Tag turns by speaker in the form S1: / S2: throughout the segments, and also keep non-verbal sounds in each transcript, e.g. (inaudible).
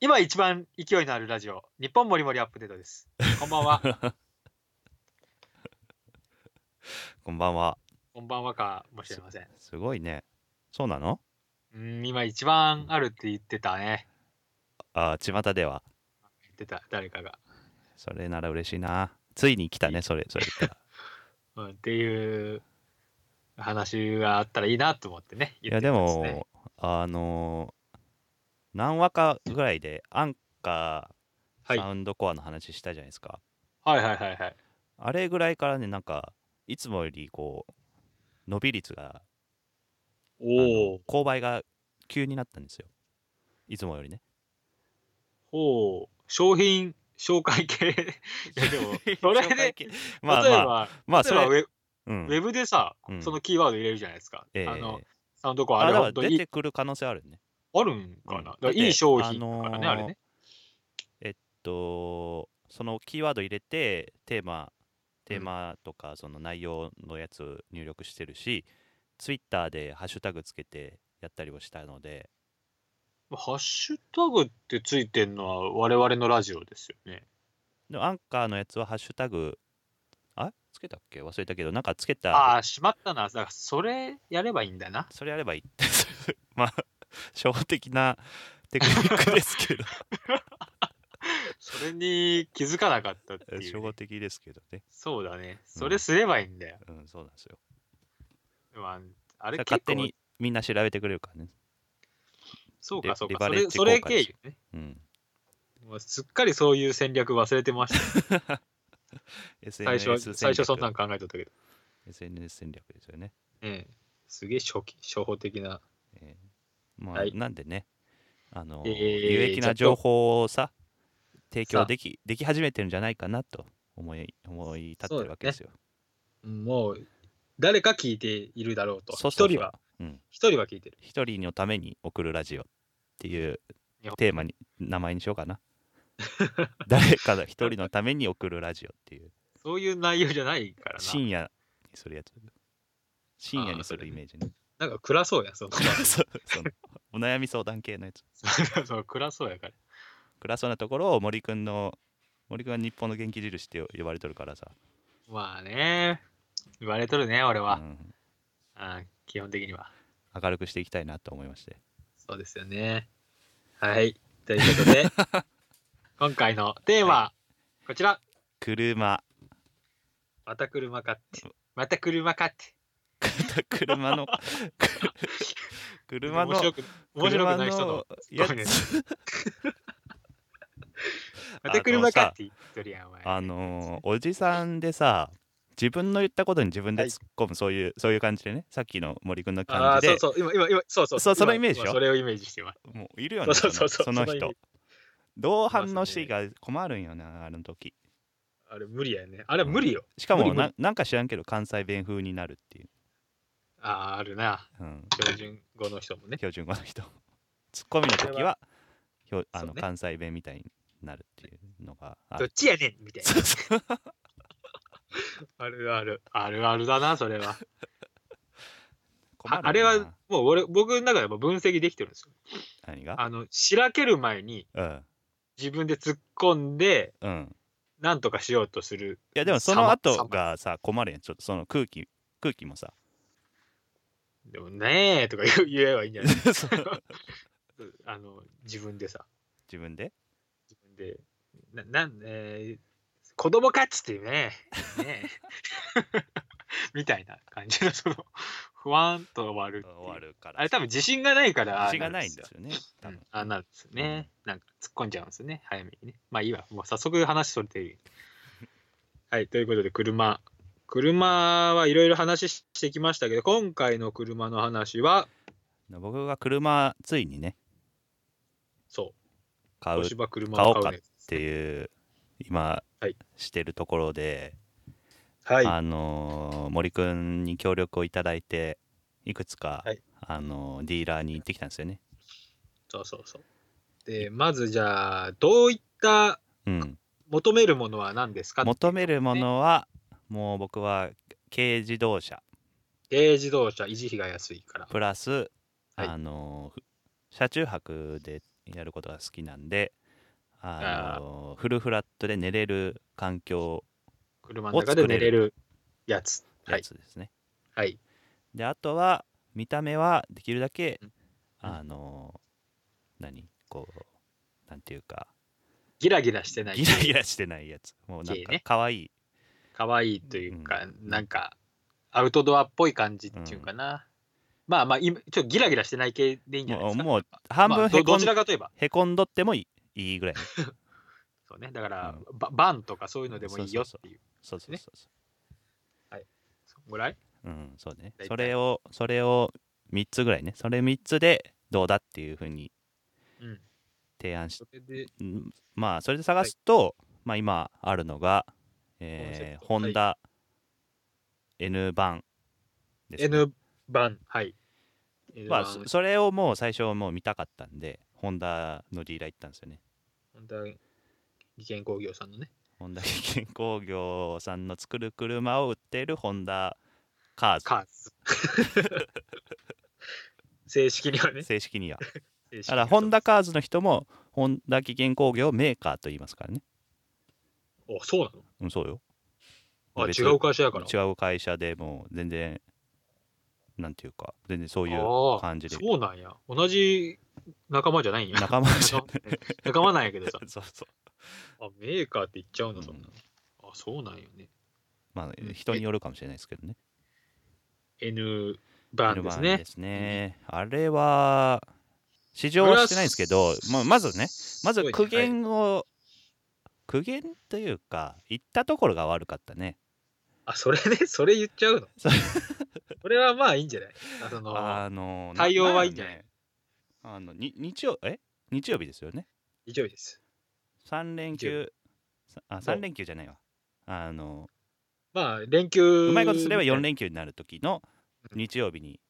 S1: 今一番勢いのあるラジオ、日本もりもりアップデートです。こんばん
S2: (laughs)
S1: は。
S2: こんばんは。
S1: こんばんはかもしれません。
S2: すごいね。そうなの
S1: うん、今一番あるって言ってたね。
S2: あー巷では。
S1: 言ってた、誰かが。
S2: それなら嬉しいな。ついに来たね、それ。それ言ったら
S1: うん、っていう話があったらいいなと思ってね。
S2: い
S1: 言
S2: や、
S1: って
S2: で
S1: たんすね
S2: も、あのー何話かぐらいで、アンカ
S1: は
S2: ー、
S1: い
S2: サウンドコアの話したじゃないですか。
S1: はいはいはいはい。
S2: あれぐらいからね、なんか、いつもよりこう、伸び率が、あの
S1: おお。
S2: 勾配が急になったんですよ。いつもよりね。
S1: ほう。商品紹介系。いや、でも、それ
S2: 紹介
S1: で、
S2: 系、まあ
S1: 例え
S2: ま
S1: ば、
S2: あ、まあ、そ
S1: 例えば
S2: れ、
S1: ウェ
S2: うん
S1: ウェブでさ、
S2: うん
S1: そのキーワード入れるじゃないですか。
S2: ええ
S1: あの、サウンドコア、
S2: あ
S1: あれ
S2: だか
S1: 本
S2: ら
S1: 当
S2: 出
S1: に
S2: てくる可能性あるね。
S1: あるんかな。
S2: うん
S1: だからいい商品
S2: だっ
S1: だから
S2: て
S1: ね、
S2: あのー
S1: あれね。
S2: とそのキーワード入れてテーマテーマとかその内容のやつを入力してるし、ツイッターでハッシュタグつけてやったりをしたので
S1: ハッシュタグってついてるのは我々のラジオですよね。
S2: でもアンカーのやつはハッシュタグあつけたっけ忘れたけどなんかつけ
S1: あ
S2: た
S1: あー、しまったな。だからそれやればいいんだな。
S2: それやればいいって (laughs) まあ初歩的なテクニックですけど
S1: それに気づかなかったってい
S2: 初
S1: う、
S2: 歩
S1: ね。
S2: 的ですけどね
S1: そうだね。それすればいいんだよ。
S2: うんそうなんですよ
S1: でもあんあ
S2: そ
S1: れ
S2: れ
S1: 結構
S2: 勝手にみんな調べてくれるからね
S1: そう
S2: リ
S1: かそう
S2: リ
S1: か。
S2: バ
S1: そ
S2: レッ
S1: れ
S2: ジ
S1: それ
S2: 効果で
S1: 経
S2: す
S1: 由ね。
S2: うん
S1: もうすっかりそういう戦略忘れてました。最初は、
S2: SNS
S1: 最初そん
S2: 戦
S1: な
S2: 略
S1: ん考えとったけど。
S2: SNS 戦略ですよね。
S1: ええすげえ初期、初歩的な。
S2: えーまあ、
S1: はい
S2: なんでね、あの、
S1: えー
S2: 有益な
S1: ちょっと
S2: 情報をさ、提
S1: さ
S2: 供
S1: あ
S2: できでき始めてるんじゃないかなと思い思い立ってるわけですよ。
S1: うんもう、誰か聞いているだろうと。
S2: そ
S1: 一
S2: うそうそう
S1: 人は、
S2: うん、
S1: 一人は聞いてる。
S2: 一人のために送るラジオっていう
S1: いや
S2: テーマに名前にしようかな。 (laughs) 誰かが一人のために送るラジオっていう
S1: そういう内容じゃないからな。
S2: 深夜にするやつ深夜にす
S1: それ
S2: る
S1: ね
S2: イメージね
S1: なんか暗そうや、その。
S2: そうそのお悩み相談系のやつ
S1: (laughs) そうそう暗そうやから。
S2: 暗そうなところを森くんの森くんは日本の元気印って呼ばれとるからさ、
S1: まあね、言われとるね、俺は。
S2: うん
S1: あー基本的には。
S2: 明るくしていきたいなと思いまして
S1: そうですよね。はい。ということで、
S2: (laughs)
S1: 今回のテーマ、こちら。
S2: 車 (laughs)
S1: また車かって。また車かって。
S2: 車
S1: (laughs)
S2: の車の
S1: 面白く面白くない人の。
S2: 車
S1: ごめん
S2: のや
S1: ね
S2: つ
S1: また車かって言っとるやん、お前。
S2: あのーおじさんでさ自分の言ったことに自分で
S1: はい
S2: 突っ込む、そういうそういう感じでねさっきの森くんの
S1: あ
S2: 感
S1: ー
S2: じで
S1: そうそう、今、今、今、そうそう。
S2: そうその
S1: 今
S2: イメージでしょ
S1: 今それをイメージしてます。
S2: もういるよね
S1: そうそうそうそ
S2: の
S1: のイメー
S2: 人
S1: ジ
S2: どう反応していいか困るんよなあの時
S1: あれ、無理やね。あれ、無理よ。
S2: しかも
S1: 無理無理
S2: ななんか知らんけど関西弁風になるっていう、
S1: ああ、あるな。
S2: うん、
S1: 標準語の人もね。
S2: 標準語の人ツッコミの時はひょあ
S1: そ
S2: の
S1: うね
S2: 関西弁みたいになるっていうのがあ
S1: どっ
S2: る
S1: ちやねんみたいな
S2: そ。うそう
S1: あるある。あるあるだな、それは。
S2: 困
S1: あ
S2: る
S1: あれ
S2: な
S1: は、もう俺、僕の中でも分析できてるんですよ。
S2: 何が
S1: あの、しらける前に
S2: うん
S1: 自分で突っ込んで、
S2: うん
S1: なんとかしようとする。
S2: いやでもその
S1: さ
S2: 後
S1: ま
S2: がさ困るやんちょっとその空気空気もさ
S1: でもねえとか言う言えばいいんじゃ
S2: (laughs)
S1: ない
S2: そう
S1: あの、自分でさ、
S2: 自分で
S1: 自分で、な、なん、えー子供かっつってね、
S2: (laughs)
S1: ねえ。みたいな感じの、その、不安と終わるっていう。
S2: 終わるから
S1: あれ多分自信がないから、
S2: 口がないん
S1: よ
S2: ですよね多
S1: うん
S2: 分
S1: あなるんですよね、なんか突っ込んじゃうんですよね早めにねまあいいわもう早速話それてい
S2: (laughs)
S1: いはいということで車車はいろいろ話ししてきましたけど今回の車の話は
S2: 僕が車ついにね
S1: そう
S2: 買うっ
S1: 東芝車を買うね
S2: ていう今、
S1: はい
S2: してるところで、
S1: はい
S2: あのー森くんに協力をいただいていくつか、
S1: はい
S2: あのーディーラーに行ってきたんですよね
S1: そうそうそうでまずじゃあどういった
S2: うん
S1: 求めるものは何ですか
S2: 求めるものはもう僕は軽自動車
S1: 軽自動車維持費が安いから
S2: プラス、
S1: はい
S2: あのーふ車中泊でやることが好きなんで、あのフルフラットで寝れる環境
S1: 車の中で寝れるやつ。は
S2: や
S1: い。
S2: つですね。
S1: はい。
S2: であとは見た目はできるだけ、
S1: うん
S2: あの何こうなんていうか
S1: ギラギラしてない
S2: ギ。ラギラしてないやつもうなん
S1: いい
S2: か
S1: ね
S2: 可愛い
S1: 可愛いというか、なんか、アウトドアっぽい感じっていうかな。まあまあ、今、ちょっとギラギラしてない系でいいんじゃないで
S2: もう
S1: すか。
S2: もう半
S1: ま
S2: 分
S1: あ
S2: へ
S1: ど
S2: こ
S1: ど
S2: ん,、
S1: ちらかといえば。
S2: へこんどってもいいいいぐらいの
S1: そうね。だから
S2: う、
S1: ばバンとかそういうのでもいいよっていう。
S2: そうそうそう
S1: ね
S2: そう
S1: そんぐらい
S2: うんそうね
S1: 大体
S2: それをそれを3つぐらいねそれ3つでどうだっていうふうに
S1: うん。
S2: 提案し
S1: それで、
S2: うんまあそれで探すと、まあ今あるのが、えー、
S1: コ
S2: ホ
S1: ンセ
S2: ン
S1: プト
S2: ダ N 版ですね、
S1: N 版。はい。N
S2: まあ
S1: 版
S2: そそれをもう最初もう見たかったんでホンダのディーラー行ったんですよね
S1: 本当は技研工業さんのね。
S2: ホンダ技研工業さんの作る車を売っているホンダカーズ
S1: カー
S2: (laughs)
S1: ズ。正式にはね。
S2: 正式には
S1: (laughs) 正式
S2: だか
S1: には
S2: らホンダカーズの人もホンダ技研工業をメーカーと言いますからね
S1: あ、そうな
S2: うんそうよ
S1: のあ、
S2: 別
S1: 違
S2: に
S1: う会社だから。
S2: 違う会社でもう全然なんていうか全然そういう
S1: あー
S2: 感じで
S1: そうなんや。同じ仲間じゃないんや。
S2: (laughs) 仲間
S1: (laughs)
S2: じゃない。
S1: 仲間仲間なんやけどさ
S2: (laughs) そうそ
S1: あ、メーカーって言っちゃう
S2: う、う
S1: の、そんな。
S2: ん
S1: あ、そうなんよね。
S2: まあ
S1: うん
S2: 人によるかもしれないですけどね
S1: N 版です
S2: L1
S1: ね
S2: で。すねあれは試乗はしてないんですけどまあまずねまず
S1: すごいね
S2: 苦
S1: はい
S2: 言を、苦言というか行ったところが悪かったね
S1: あ、それね、 (laughs) それ言っちゃうの
S2: そ。
S1: それはまあいいんじゃないあその
S2: あの
S1: 対応はいいんじゃない
S2: ねあのに日曜え日曜日ですよね
S1: 以上です。
S2: 3連休さあ
S1: そう
S2: 3連休じゃないわあの
S1: まあ、連休。
S2: うまいことすれば4連休になる時の
S1: うん
S2: 日曜日に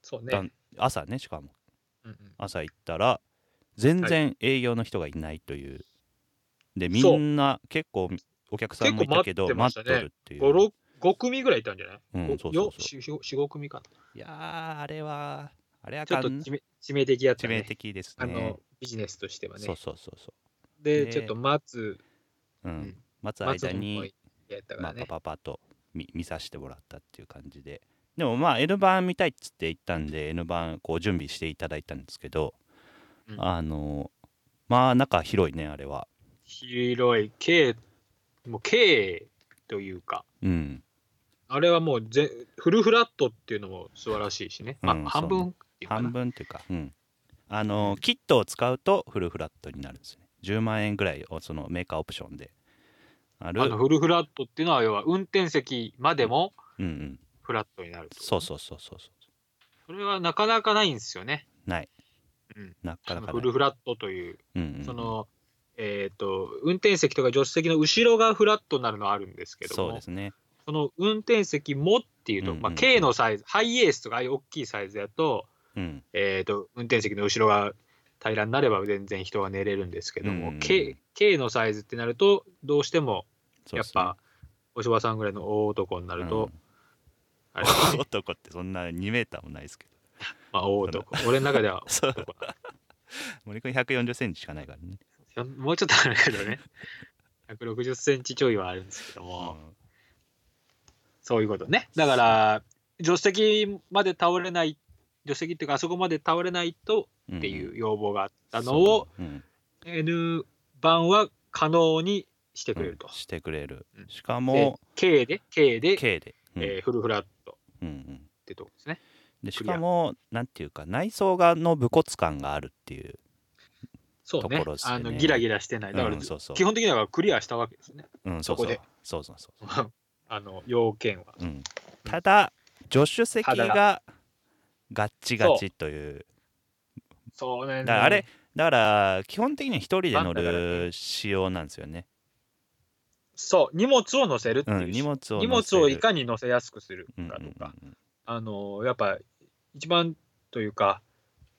S1: そう
S2: だ
S1: ね
S2: ん。朝ねしかも
S1: うんうん
S2: 朝行ったら全然営業の人がいないという、でみ
S1: そうん
S2: な結構お客さんもいたけど
S1: 結構待
S2: 待っ
S1: っててましたね
S2: とるっていう
S1: 5、6 5組ぐらいいたんじゃない
S2: うん
S1: ご
S2: そうそうそう
S1: よしし4、5組かな。
S2: いやーあれはあれは
S1: ちょっ
S2: か
S1: と
S2: ん
S1: 致命致命的やった
S2: 致
S1: ね。
S2: 命的です
S1: あ
S2: ね
S1: の、ビジネスとしてはね。
S2: そうそうそうそ
S1: で、
S2: ね
S1: ちょっと待つ、
S2: ううん、
S1: うん
S2: 待つ
S1: 待つ
S2: 間
S1: のもや
S2: に、
S1: ったか
S2: まあ、
S1: ら
S2: パ
S1: ね。
S2: パパと見見させてもらったっていう感じででもまあ N 版見たいっつって言ったんで N 版こう準備していただいたんですけど、
S1: うん
S2: あのまあ中広いねあれは
S1: 広い、K、もう K というか、
S2: うん
S1: あれはもうぜフルフラットっていうのも素晴らしいしね。まあ、
S2: うん
S1: 半
S2: そう
S1: 分っていうかな
S2: 半分っていうか、うん、あのキットを使うとフルフラットになるんですよね10万円ぐらいをそのメーカーオプションである
S1: あのフルフラットっていうのは、要は運転席までも
S2: うんうん
S1: フラットになるってこと
S2: そうそうそうそうそ
S1: それはなかなかないんですよね。
S2: うない
S1: うん。
S2: なかな
S1: そのフ
S2: かない
S1: ルフラットという、
S2: うんうん
S1: その、えっ、と、運転席とか助手席の後ろがフラットになるのはあるんですけども。
S2: そうですね
S1: その運転席もっていうと、
S2: うんうんうん
S1: まあ、K のサイズ、ハイエースとかああいう大きいサイズだと、
S2: うん
S1: えー、と運転席の後ろが平らになれば全然人が寝れるんですけども、
S2: うんうんうん
S1: K, K のサイズってなると、どうしても
S2: そう
S1: や
S2: で
S1: っ
S2: すね
S1: ぱ、お芝さんぐらいの大男になると、あれ (laughs)
S2: うん (laughs) 男ってそんな2メーターもないですけど
S1: まあ大男、俺の中では (laughs)
S2: そう
S1: 男だ
S2: 森君140センチしかないからね、
S1: いやもうちょっとあるけどね、160センチちょいはあるんですけども、そういうことね。だから、助手席まで倒れない、助手席っていうか、あそこまで倒れないと
S2: うん
S1: って
S2: ん
S1: い
S2: ん
S1: う要望があったのを、
S2: そううん
S1: N 版は可能にしてくれると
S2: うん。してくれる
S1: うん
S2: しか
S1: で
S2: も
S1: K で、K で、
S2: K で、うん
S1: えーフルフラットっ
S2: うんうん、
S1: てとこですね。
S2: でし
S1: クリア
S2: かもなんていうか内装がの武骨感があるっていう
S1: そうね
S2: ところですね
S1: あのギラギラしてない。だから、
S2: うんそうそう
S1: 基本的にはクリアしたわけですね。 (laughs)
S2: うん、そう
S1: そ
S2: そ
S1: こ
S2: う
S1: で
S2: そうそうそう
S1: あの要件は。
S2: そう、うん、ただ助手席
S1: ただ
S2: がガッチガチという
S1: そうね。
S2: だからあれだから基本的には一人で乗
S1: なんだか
S2: る仕様なんですよね、
S1: そう、荷物を載せるって
S2: う、
S1: いうん
S2: 荷
S1: し。
S2: 物を乗せる
S1: 荷物をいかに載せやすくする
S2: うんうん
S1: か
S2: う
S1: と
S2: ん
S1: か、あのやっぱ一番というか、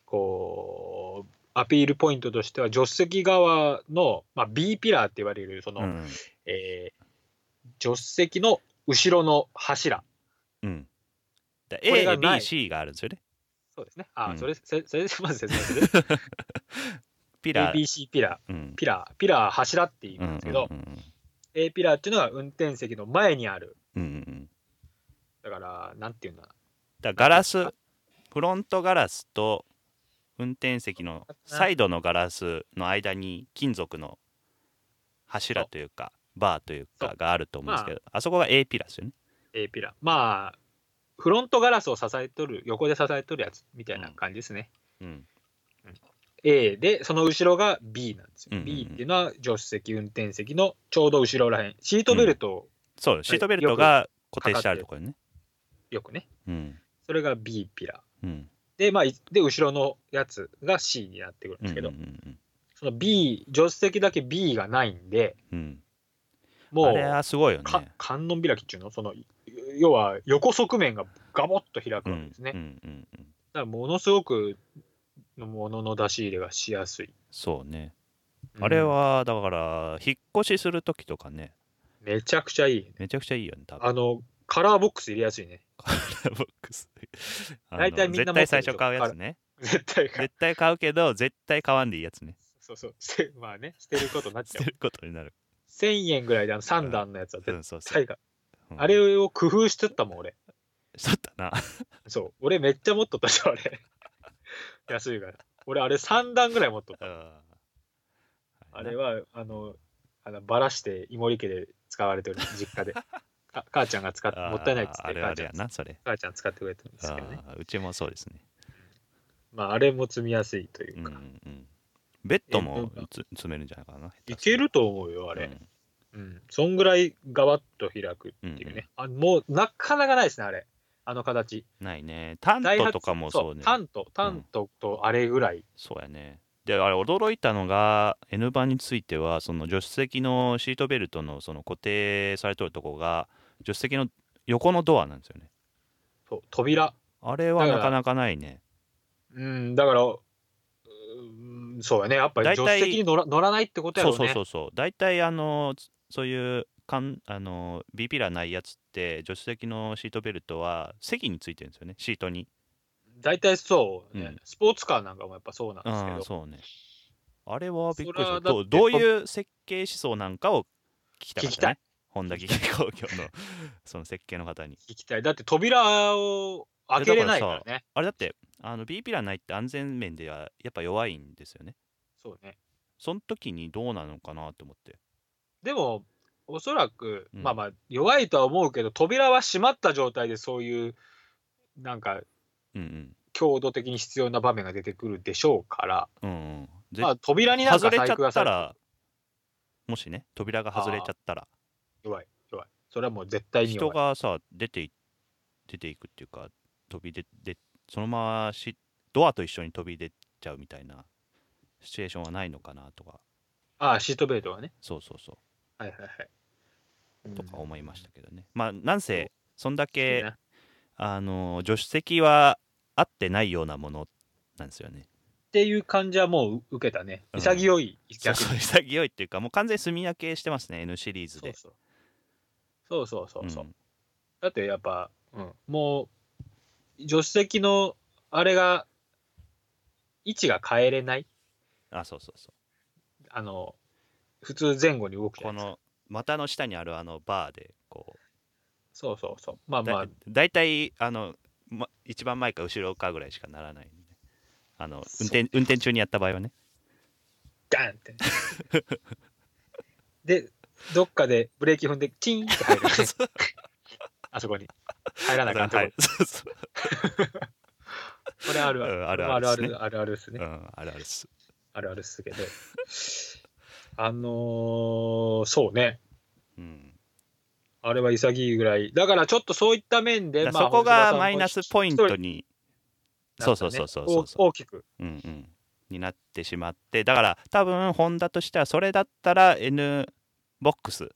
S1: こう、アピールポイントとしては、助手席側の、まあ、B ピラーって言われる、その、
S2: うんうん
S1: えー助手席の後ろの柱。
S2: うんだ
S1: これがない
S2: ABC があるんですよね
S1: そうですね。あ、
S2: うん
S1: それ、せそれでまず説明する。
S2: ピラー、
S1: ABC ピラー。
S2: うん、
S1: ピラー、ピラー柱って言うんですけど、
S2: うん
S1: A ピラーっていうのは運転席の前にある。
S2: うんうんうんうん
S1: だから、なんていうんだ
S2: だからガラスフロントガラスと運転席のサイドのガラスの間に金属の柱というかバーという
S1: そ
S2: か
S1: う
S2: があると思うんですけど、あ、そこが A ピラーですよね
S1: A ピラー。まあ、フロントガラスを支えとる、横で支えとるやつみたいな感じですね。
S2: うん、
S1: A で、その後ろが B なんですよ。
S2: うんうんうん
S1: B っていうのは助手席、運転席のちょうど後ろらへん。シートベルトを
S2: そうよシートベルトが固定してあるところね
S1: よくね。
S2: うん
S1: それが B ピラー。
S2: うん
S1: で、まあ、いで、後ろのやつが C になってくるんです
S2: うんう
S1: け
S2: んう
S1: ど、
S2: ん
S1: その B、助手席だけ B がないんで、
S2: うん
S1: も
S2: あ
S1: う、
S2: れはすごいよね
S1: か観音開きっていうのその、要は横側面がガボッと開くわけですね。
S2: う
S1: だ
S2: んうんうんうん、
S1: から、ものすごく、ものの出し入れがしやすい。
S2: そうね、
S1: うん
S2: あれ、はだから引っ越しする時とかね
S1: めちゃくちゃいい。
S2: めちゃくちゃいいよね多分
S1: あの、カラーボックス入れやすいね。(laughs)
S2: (laughs) ボックスあの
S1: 大体みんな
S2: 絶
S1: 持ってるで
S2: 対
S1: しょ
S2: 最初買うやつね
S1: 絶対か。
S2: 絶対買うけど絶対買わんでいいやつ
S1: (laughs)
S2: ね
S1: そうそう。せまあね、捨てることになっ
S2: (laughs) 捨
S1: ちゃ
S2: て
S1: う。
S2: ることになる、
S1: 1000円ぐらいであの3段のやつは
S2: う
S1: 絶
S2: ん、そうそう、
S1: 対か。
S2: うん
S1: あれを工夫してったもん、俺。
S2: そうだ
S1: (laughs)
S2: な
S1: そう。俺めっちゃ持っとったし、あれ。 (laughs) 安いから。俺、あれ3段ぐらい持っとった。あれ
S2: は
S1: は、あの、あのばらして、イモリ家で使われて
S2: (laughs)
S1: る、実家で。か母ちゃんが使って、もったいないっつっ
S2: あーあ
S1: て、
S2: れあ
S1: 母ち
S2: れ
S1: ゃ
S2: や
S1: ん
S2: なそれ
S1: 母ちゃん使ってくれてるんで
S2: あ
S1: すけどね。
S2: ーうちもそうですね
S1: まあ、あれも積みやすいという
S2: うんう
S1: か。
S2: んうんベッド
S1: え
S2: も
S1: なんか
S2: つ詰めるんじゃないかないい
S1: けると思うよ、あ
S2: あ
S1: れ。うん、そんぐらいガバッと開くっていうね、あもうなかなかないですね、あれ、あの形。
S2: ないねタントとかもそうね
S1: タント、タントとあれぐらい、
S2: そうやね。で、あれ驚いたのが N 版についてはその助手席のシートベルトのその固定されとるとこが助手席の横のドアなんですよね。
S1: そう扉。
S2: あれは
S1: だか
S2: な
S1: ら
S2: かなかないね。
S1: うん、だから、うーん、そうやね、やっぱり
S2: 大
S1: 助
S2: 体
S1: 手席に乗ら乗らないってことや
S2: そ
S1: ろ
S2: う
S1: ね。
S2: そうそうそう。大体あのつそういうかんあの B ピラーないやつって助手席のシートベルトは席についてるんですよね。シートに。
S1: 大体そうね、
S2: うん
S1: スポーツカーなんかもやっぱそうなんですけ
S2: あ
S1: ど、
S2: あそうね。あれはびっくりし
S1: それは
S2: た。
S1: だっ
S2: ど
S1: て
S2: うどういう設計思想なんかを聞きたかった
S1: 聞き
S2: ね。本田技機工業のその設計の方に。
S1: 行きたい。だって扉を開けれないからね。
S2: あれだってあの B ピラーないって安全面ではやっぱ弱いんですよね。
S1: そうね。
S2: その時にどうなのかなと思って。
S1: でも、おそらく、
S2: うん
S1: まあまあ、弱いとは思うけど、扉は閉まった状態でそういう、なんか、
S2: うん
S1: 強度的に必要な場面が出てくるでしょうから、
S2: うん。うんうん、ぜ
S1: まあ、扉になん
S2: 外
S1: か
S2: れ
S1: 細
S2: ちゃ
S1: 工が
S2: っ
S1: さ
S2: た
S1: れ
S2: ら、もしね、扉が外れちゃったら、
S1: 弱い、弱い。それはもう絶対に
S2: 人
S1: 弱い。
S2: がさ、出てい出ていくっていうか、飛び出て、そのまましドアと一緒に飛び出ちゃうみたいなシチュエーションはないのかなとか、
S1: ああ、シートベルトはね。
S2: そうそうそ
S1: はいはいはい。。
S2: う、とか思いましたたけどね。まあ、なんせ、そんだ
S1: え
S2: け、あの助手席は合ってないようなものなんですよね。
S1: っていう感じはもう受けたね。
S2: うん
S1: 潔い、
S2: そう
S1: 逆
S2: そう
S1: に。
S2: 潔いっていうかもう完全に炭焼けしてますね N シリーズ
S1: そう
S2: で
S1: そう。そうそうそうそう。
S2: ん
S1: だってやっぱ、うん、もう、助手席のあれが、位置が変えれない。
S2: あそうそうそう
S1: あの、普通前後に動くじゃな
S2: こ
S1: いですか。
S2: の股の下にあるあのバーでこ
S1: そうそうそう。まあ
S2: うだ,、
S1: まあ
S2: い、大体あの、ま、一番前か後ろかぐらいしかならないんであの運転運転中にやった場合はね
S1: ガンって (laughs) ね。で、どっかでブレーキ踏んで、チンって入る、ね。
S2: (laughs)
S1: あそこに。入らなかった。
S2: はいそうそう
S1: これあるあ
S2: う
S1: る。
S2: んあるあ
S1: あ
S2: る
S1: る
S2: っ
S1: あ
S2: すね
S1: る、あるあるですね
S2: う。んあるあるっす
S1: あるあるっすけど。あのー、そうね。
S2: うん
S1: あれは潔いぐらい。だからちょっとそういった面で、
S2: だか
S1: ま
S2: ら
S1: あ
S2: そこが
S1: 星葉さんも
S2: マイナスポイント
S1: 一
S2: に
S1: 人
S2: そうそうそうそ
S1: な
S2: う
S1: んか
S2: そう
S1: ね
S2: そう
S1: 大大きく。
S2: うんうん、になってしまってだから多分ホンダとしてはそれだったら N ボックス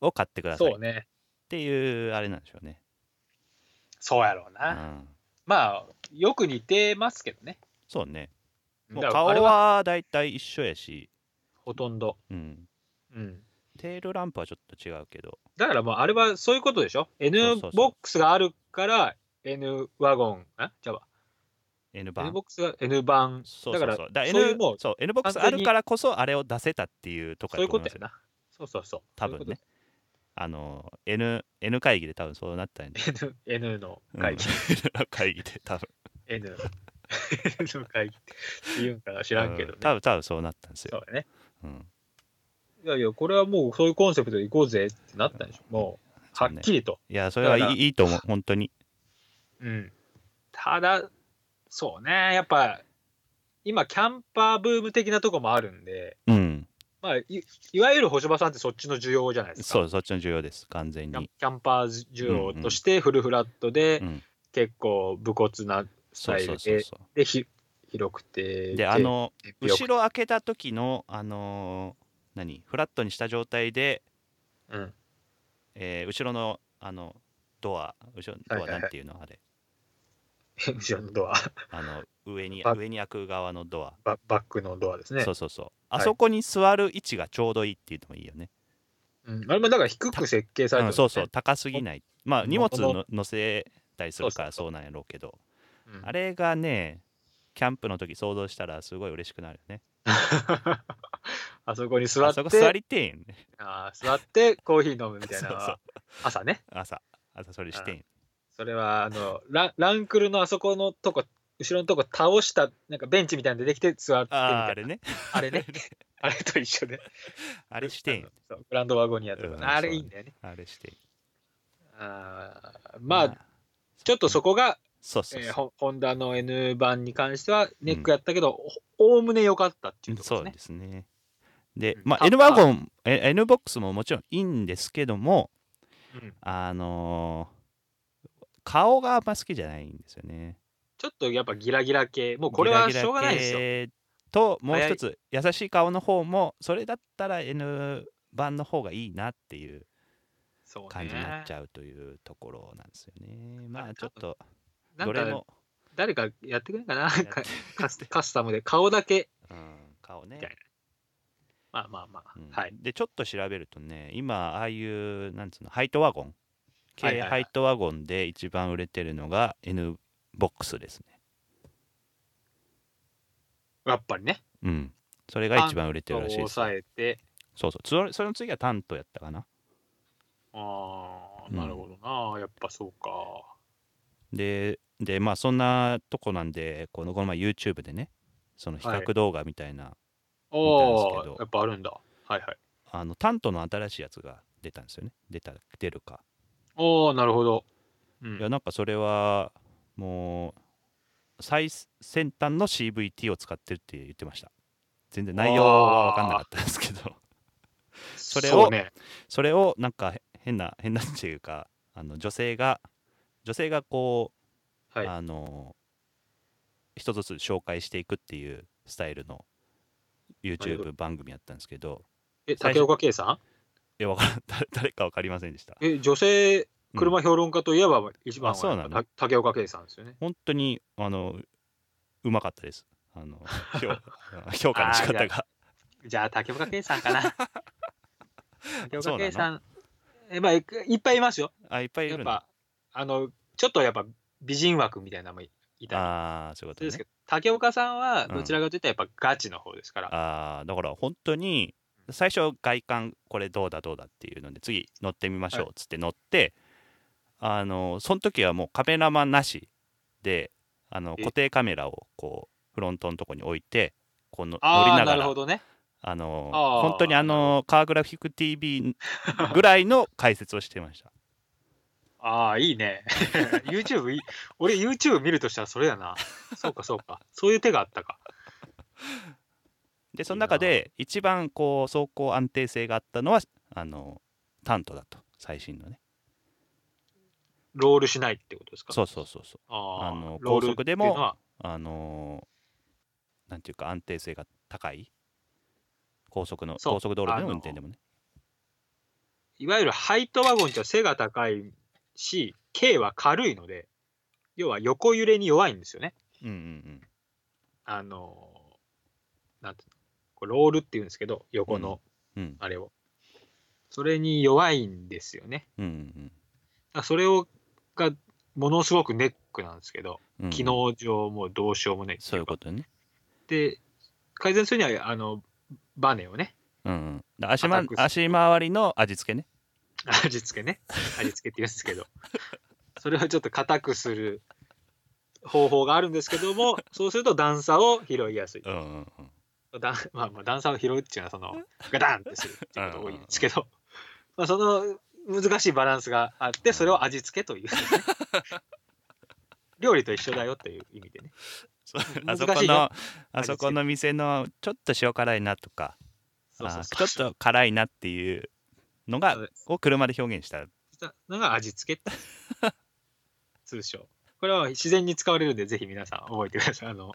S2: を買ってください
S1: そう
S2: っ
S1: ね。
S2: ていうあれなんでしょうね。
S1: そうやろう
S2: う
S1: な。
S2: ん、
S1: まあ、よく似てますけどね。
S2: そうね。もう
S1: だから
S2: 顔
S1: あれ
S2: はだいたい一緒やし、
S1: ほとんど。
S2: うん、
S1: うん。
S2: テールランプはちょっと違うけど、
S1: だからもうあれはそういうことでしょ
S2: そう
S1: ?N
S2: そう
S1: ボックスがあるから N ワゴン、あじゃあ
S2: N 番
S1: N ボックスが N 版
S2: そうそうそう。
S1: だから
S2: だ
S1: そういう
S2: N
S1: もう
S2: そう N ボックスあ
S1: 完全に
S2: るからこそあれを出せたっていうとこ
S1: そういう
S2: だと
S1: こ
S2: 思い
S1: と
S2: ま
S1: や
S2: すよ
S1: な。そうそうそう。
S2: 多分ね。あの N N 会議で多分そうなったんで。
S1: そういうこと。N, N の (laughs) 会議。
S2: うん (laughs) 会議で多分。
S1: (laughs) N, N の会議って言うんかな知らんけど
S2: う
S1: ね
S2: ん。多分多分そうなったんです
S1: そ
S2: よ。
S1: うだね。
S2: うん。
S1: いやいや、これはもうそういうコンセプトで行こうぜってなったんでしょ。もう、
S2: そ
S1: は
S2: うね
S1: っきりと。
S2: いやそれはい
S1: だから
S2: いいいと思う本当に。
S1: うん。ただ、そうね。やっぱ、今、キャンパーブーム的なとこもあるんで、
S2: うん。
S1: まあ、いいわゆる星場さんってそっちの需要じゃないですか。
S2: そうそっちの重要です完全
S1: キャン
S2: に。
S1: キャンパー需要としてフルフラットで
S2: うん。
S1: 結構武骨なス
S2: そ
S1: タ
S2: う
S1: イ
S2: そ
S1: ル
S2: うそう
S1: で
S2: そう。
S1: でひ広くて
S2: であの
S1: で広
S2: 後
S1: く
S2: ろ開けた時のあのー何フラットにした状態で、
S1: うん (laughs)
S2: えー後ろのあのドア後ろ
S1: はい
S2: ド
S1: は
S2: ア
S1: いはい
S2: なんていうの、
S1: 後ろのドア
S2: あれあの上に
S1: バ
S2: 上に開く側のドア、
S1: ババックのドアですね
S2: そうそうそう
S1: はい
S2: あそこに座る位置がちょうどいいっていうのもいいよね、
S1: うん、あれもだから低く設計されて
S2: うん
S1: る
S2: そうそう高すぎないまあ荷物
S1: 元々
S2: の乗せたりするから
S1: そ
S2: そうなんやろうけど
S1: うん
S2: あれがねキャンプの時想像したらすごい嬉しくなるよね
S1: (laughs) あそこに座
S2: あ
S1: っ
S2: そ
S1: て
S2: こ座りてえんよね
S1: あー座ってコーヒー飲むみたいな
S2: (laughs) そうそう
S1: 朝ね
S2: 朝朝それしてん
S1: それはあのランランクルのあそこのとこ後ろのとこ倒したなんかベンチみたいなの出てきて座ってみたい
S2: あ
S1: な
S2: あ
S1: あ
S2: あ
S1: れ
S2: れね
S1: ね
S2: (laughs)
S1: あれと一緒で
S2: あれしてんよ
S1: そうグランドワゴニアとか、
S2: うん
S1: あれいいんだよね
S2: あれしてん
S1: あーまあ、ちょっとそ
S2: こ
S1: こが、
S2: そうそう
S1: えー
S2: そ
S1: ホホンダの N 版に関してはネックやったけど、おおむね良かったっていううところ
S2: そ
S1: です
S2: う
S1: ね。
S2: ですねで
S1: うん
S2: まあ
S1: あ
S2: N ワゴンえ N ボックスももちろんいいんですけども
S1: うん
S2: あのー顔があんま好きじゃないんですよね。
S1: ちょっとやっぱギラギラ系、もうこれは
S2: ギラギラ
S1: しょうがないですよ。
S2: 系ともう一つ優しい顔の方もそれだったら N 版の方がいいなっていう
S1: そう
S2: 感じになっち
S1: ゃ
S2: ゃうというところなんですよね。ま
S1: あ
S2: あ
S1: れ
S2: ちょっと
S1: うな
S2: ど
S1: ん
S2: れ
S1: か
S2: も、
S1: 誰かやってくれんかな、
S2: って
S1: かカスカスタムで顔だけ。
S2: うん、顔ね
S1: みたい。まあまあまあ、
S2: うん
S1: はい。
S2: でちょっと調べるとね今ああいうなんつうのハイトワゴン軽、
S1: はいはいはい
S2: ハイトワゴンで一番売れてるのが N ボックスですね。
S1: やっぱりね、
S2: うん、それが一番売れてるらしいです
S1: 抑。えて、
S2: そうそうそれそれの次はタントやったかな
S1: ああ、
S2: うん
S1: なるほどな、やっぱそうか。
S2: ででまあそんなとこなんでこのこの前 YouTube でねその比較動画みたいな、
S1: お
S2: 見たんですけど
S1: お、やっぱあるんだ。はいはい。
S2: あのタントの新しいやつが出たんですよね出た出るか、
S1: おお、なるほど。うん
S2: いやなんかそれはもう最先端の CVT を使ってるって言ってました全然内容は分かんなかったんですけど
S1: そ
S2: れを
S1: うね、
S2: (laughs) それをなんかへ変な変なっていうかあの女性が女性がこう
S1: はい。
S2: あの一つずつ紹介していくっていうスタイルの
S1: なるほ
S2: YouTube 番組やったんですけど、
S1: え、
S2: 最初
S1: 竹岡圭さん
S2: いやわからん誰誰か分かりませんでした。
S1: え、女性
S2: うん
S1: 車評論家といえば一番
S2: あそう
S1: は
S2: な
S1: や
S2: の
S1: っぱた竹岡圭さんですよね。
S2: 本当にあのうまかったです。あの評
S1: (laughs)
S2: 評価の仕
S1: あー
S2: 方
S1: い
S2: が。
S1: じゃあ竹岡圭さんか (laughs) な。竹
S2: そ
S1: 岡
S2: うな
S1: 圭
S2: の
S1: さん、えまあいくいっぱいいますよ。
S2: あいっぱいい
S1: や
S2: る
S1: っ
S2: ん
S1: ぱあのちょっとやっぱ美人枠みたいなのもいたり
S2: ああーそういう
S1: するんで
S2: こと
S1: すけ
S2: ね。
S1: ど、竹岡さんは
S2: ん
S1: どちらかというとやっぱガチの方ですから。
S2: ああだから本当に最初外観これどうだどうだっていうので次乗ってみましょうっつって乗って、あのその時はもうカメラマンなしであの
S1: え
S2: 固定カメラをこうフロントのとこに置いてこうの乗り
S1: ああ、
S2: な
S1: な
S2: が
S1: る
S2: ら
S1: ほどね。
S2: あの
S1: あー
S2: 本当にあのカーグラフィック TV
S1: (laughs)
S2: ぐらいの解説をしてました。
S1: ああ、いいね。YouTube いい、俺 YouTube 見るとしたらそれやな。そうかそうか。そういう手があったか。
S2: でその中で一番こう走行安定性があったのはあのタントだと最新のね
S1: ロールしないってことですか
S2: そうそうそうそう
S1: あー
S2: あの
S1: ロール
S2: 高速で
S1: っ
S2: も
S1: ていうのは
S2: あのーなんていうか安定性が高い高速の
S1: そう
S2: 高速道路で
S1: あ
S2: の
S1: の
S2: 運転でもね
S1: いわゆるハイトワゴンっていうのは背が高いし、軽は軽いので、要は横揺れに弱いんですよね。
S2: うんうん
S1: あのー、なんていうのこれロールっていうんですけど、横の
S2: うんうん
S1: あれを。それに弱いんですよね。
S2: うんう
S1: だ
S2: ん
S1: からそれをがものすごくネックなんですけど、
S2: うん
S1: 機能上もうどうしようもないって。
S2: そういうこととね。
S1: で、改善するには、あの、バネをね、 (laughs)
S2: うんうん、だ足ま
S1: アタック
S2: 足回りの味付けね。
S1: 味付け
S2: (laughs)
S1: ね、味付けって言うんですけど、それをちょっと硬くする方法があるんですけども、そうすると段差を拾いやすい。
S2: うんうんうん、
S1: だ (laughs) まあ、まあ段差を拾うっていうのはそのガタンってするっていうことが多いんですけど、まあ、その難しいバランスがあってそれを味付けと
S2: (laughs)
S1: いう、ね、料理と一緒だよという意味でね
S2: そうあ
S1: 難し
S2: そ
S1: い
S2: この
S1: よ
S2: あそこの店のちょっと塩辛いなとか
S1: そうそう
S2: あ
S1: そ
S2: ー
S1: う
S2: ちょっと辛いなっていうのが
S1: そうです
S2: を車で表現した
S1: したのが味付けって通称これは自然に使われるんでぜひ皆さん覚えてくださいあの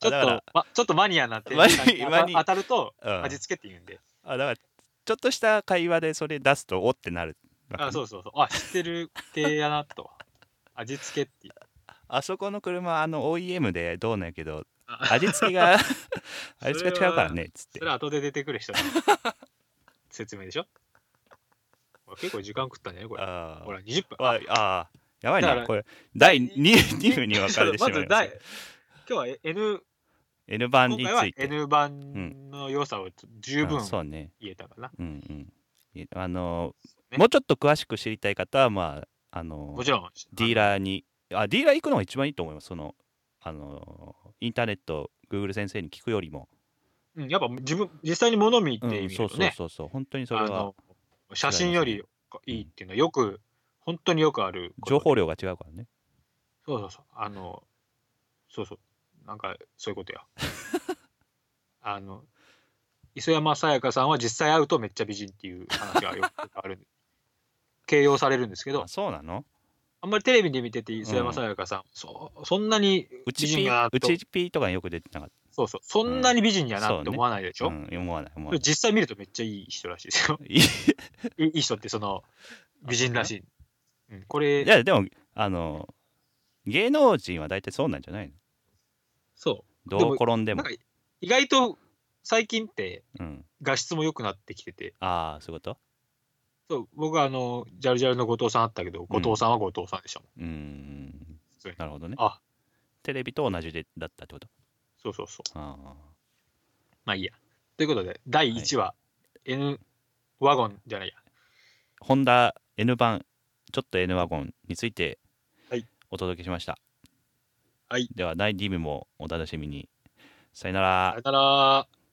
S1: ちょっ
S2: だから
S1: と、ま、ちょっとマニアなって
S2: マニマニ
S1: 当たると
S2: うん
S1: 味付けって言うんで、
S2: あだからちょっとした会話でそれ出すとおってなるわけね
S1: あそうそうそうあ知ってる系やなと味付けって
S2: あそこの車あの OEM でどうなんやけど
S1: あ
S2: 味付け
S1: (laughs)
S2: が (laughs) 味付けが違うからねっつって
S1: それは後で出てくる
S2: (laughs)
S1: 人の説明でしょほら結構時間食ったんじゃないこれ。
S2: あー
S1: ほら、20分。
S2: わあーやばい
S1: だ
S2: な
S1: から
S2: これ第 2, 二部に分かれてし
S1: (laughs)
S2: ま
S1: ま
S2: いま
S1: ず
S2: す
S1: 第、今日は N、
S2: N 版
S1: 今
S2: につ
S1: 回はい
S2: て
S1: N 版の良さを十分
S2: あそうね
S1: 言えたかな。
S2: うんうんいあの
S1: ね
S2: もうちょっと詳しく知りたい方はまああの
S1: もちろん、
S2: ディーラーにあディーラー行くのが一番いいと思いますそのあのインターネット Google 先生に聞くよりも、
S1: うん、やっぱ自分、実際に物見て
S2: う
S1: みると
S2: ん、
S1: ね、
S2: そうそうそうそう本当にそれ
S1: あ
S2: は
S1: の写真よりいいっていうのはよく、本当によくあることで
S2: 情報量が違うからね
S1: そうそうそう。あの、そうそう。なんか、そういうこと
S2: (laughs)
S1: や。あの、磯山さやかさんは実際会うとめっちゃ美人っていう話がよくあ
S2: (laughs)
S1: るんで形容されるんですけど
S2: あ、そうなの
S1: あんまりテレビで見てて磯山さやかさん、そうそんなに
S2: う
S1: 美
S2: ち
S1: 人
S2: P
S1: やな
S2: う
S1: と、
S2: ち P とかによく出てなかっ
S1: そうそう、そんなに美人や
S2: そう
S1: な
S2: ね、
S1: って思わないでしたょ、
S2: うん、思わない思わ
S1: で
S2: な
S1: も実際見るとめっちゃいい人らしいですよ。
S2: いい
S1: (laughs) いいいい人ってその美人らしい。うん、これ、
S2: やでもあの芸能人は大体そうなんじゃないの
S1: そ
S2: どう転んで
S1: う。な
S2: も
S1: んか意外と最近って
S2: うん、
S1: 画質も良くなってきてて、
S2: ああそういうこと
S1: そう僕はあのジャルジャルの後藤さんあったけど後藤さんは後藤さんでしたもん、
S2: うーん
S1: 普通に
S2: なるほどね
S1: あ
S2: テレビと同じでだったってこと
S1: そうそうそう
S2: あ
S1: まあいいやということで第1話、N ワゴンじゃないや
S2: ーホンダ N 版ちょっと N ワゴンについて
S1: はい
S2: お届けしました、
S1: はい
S2: では第2部もお楽しみにさよな
S1: さ
S2: ら
S1: よなら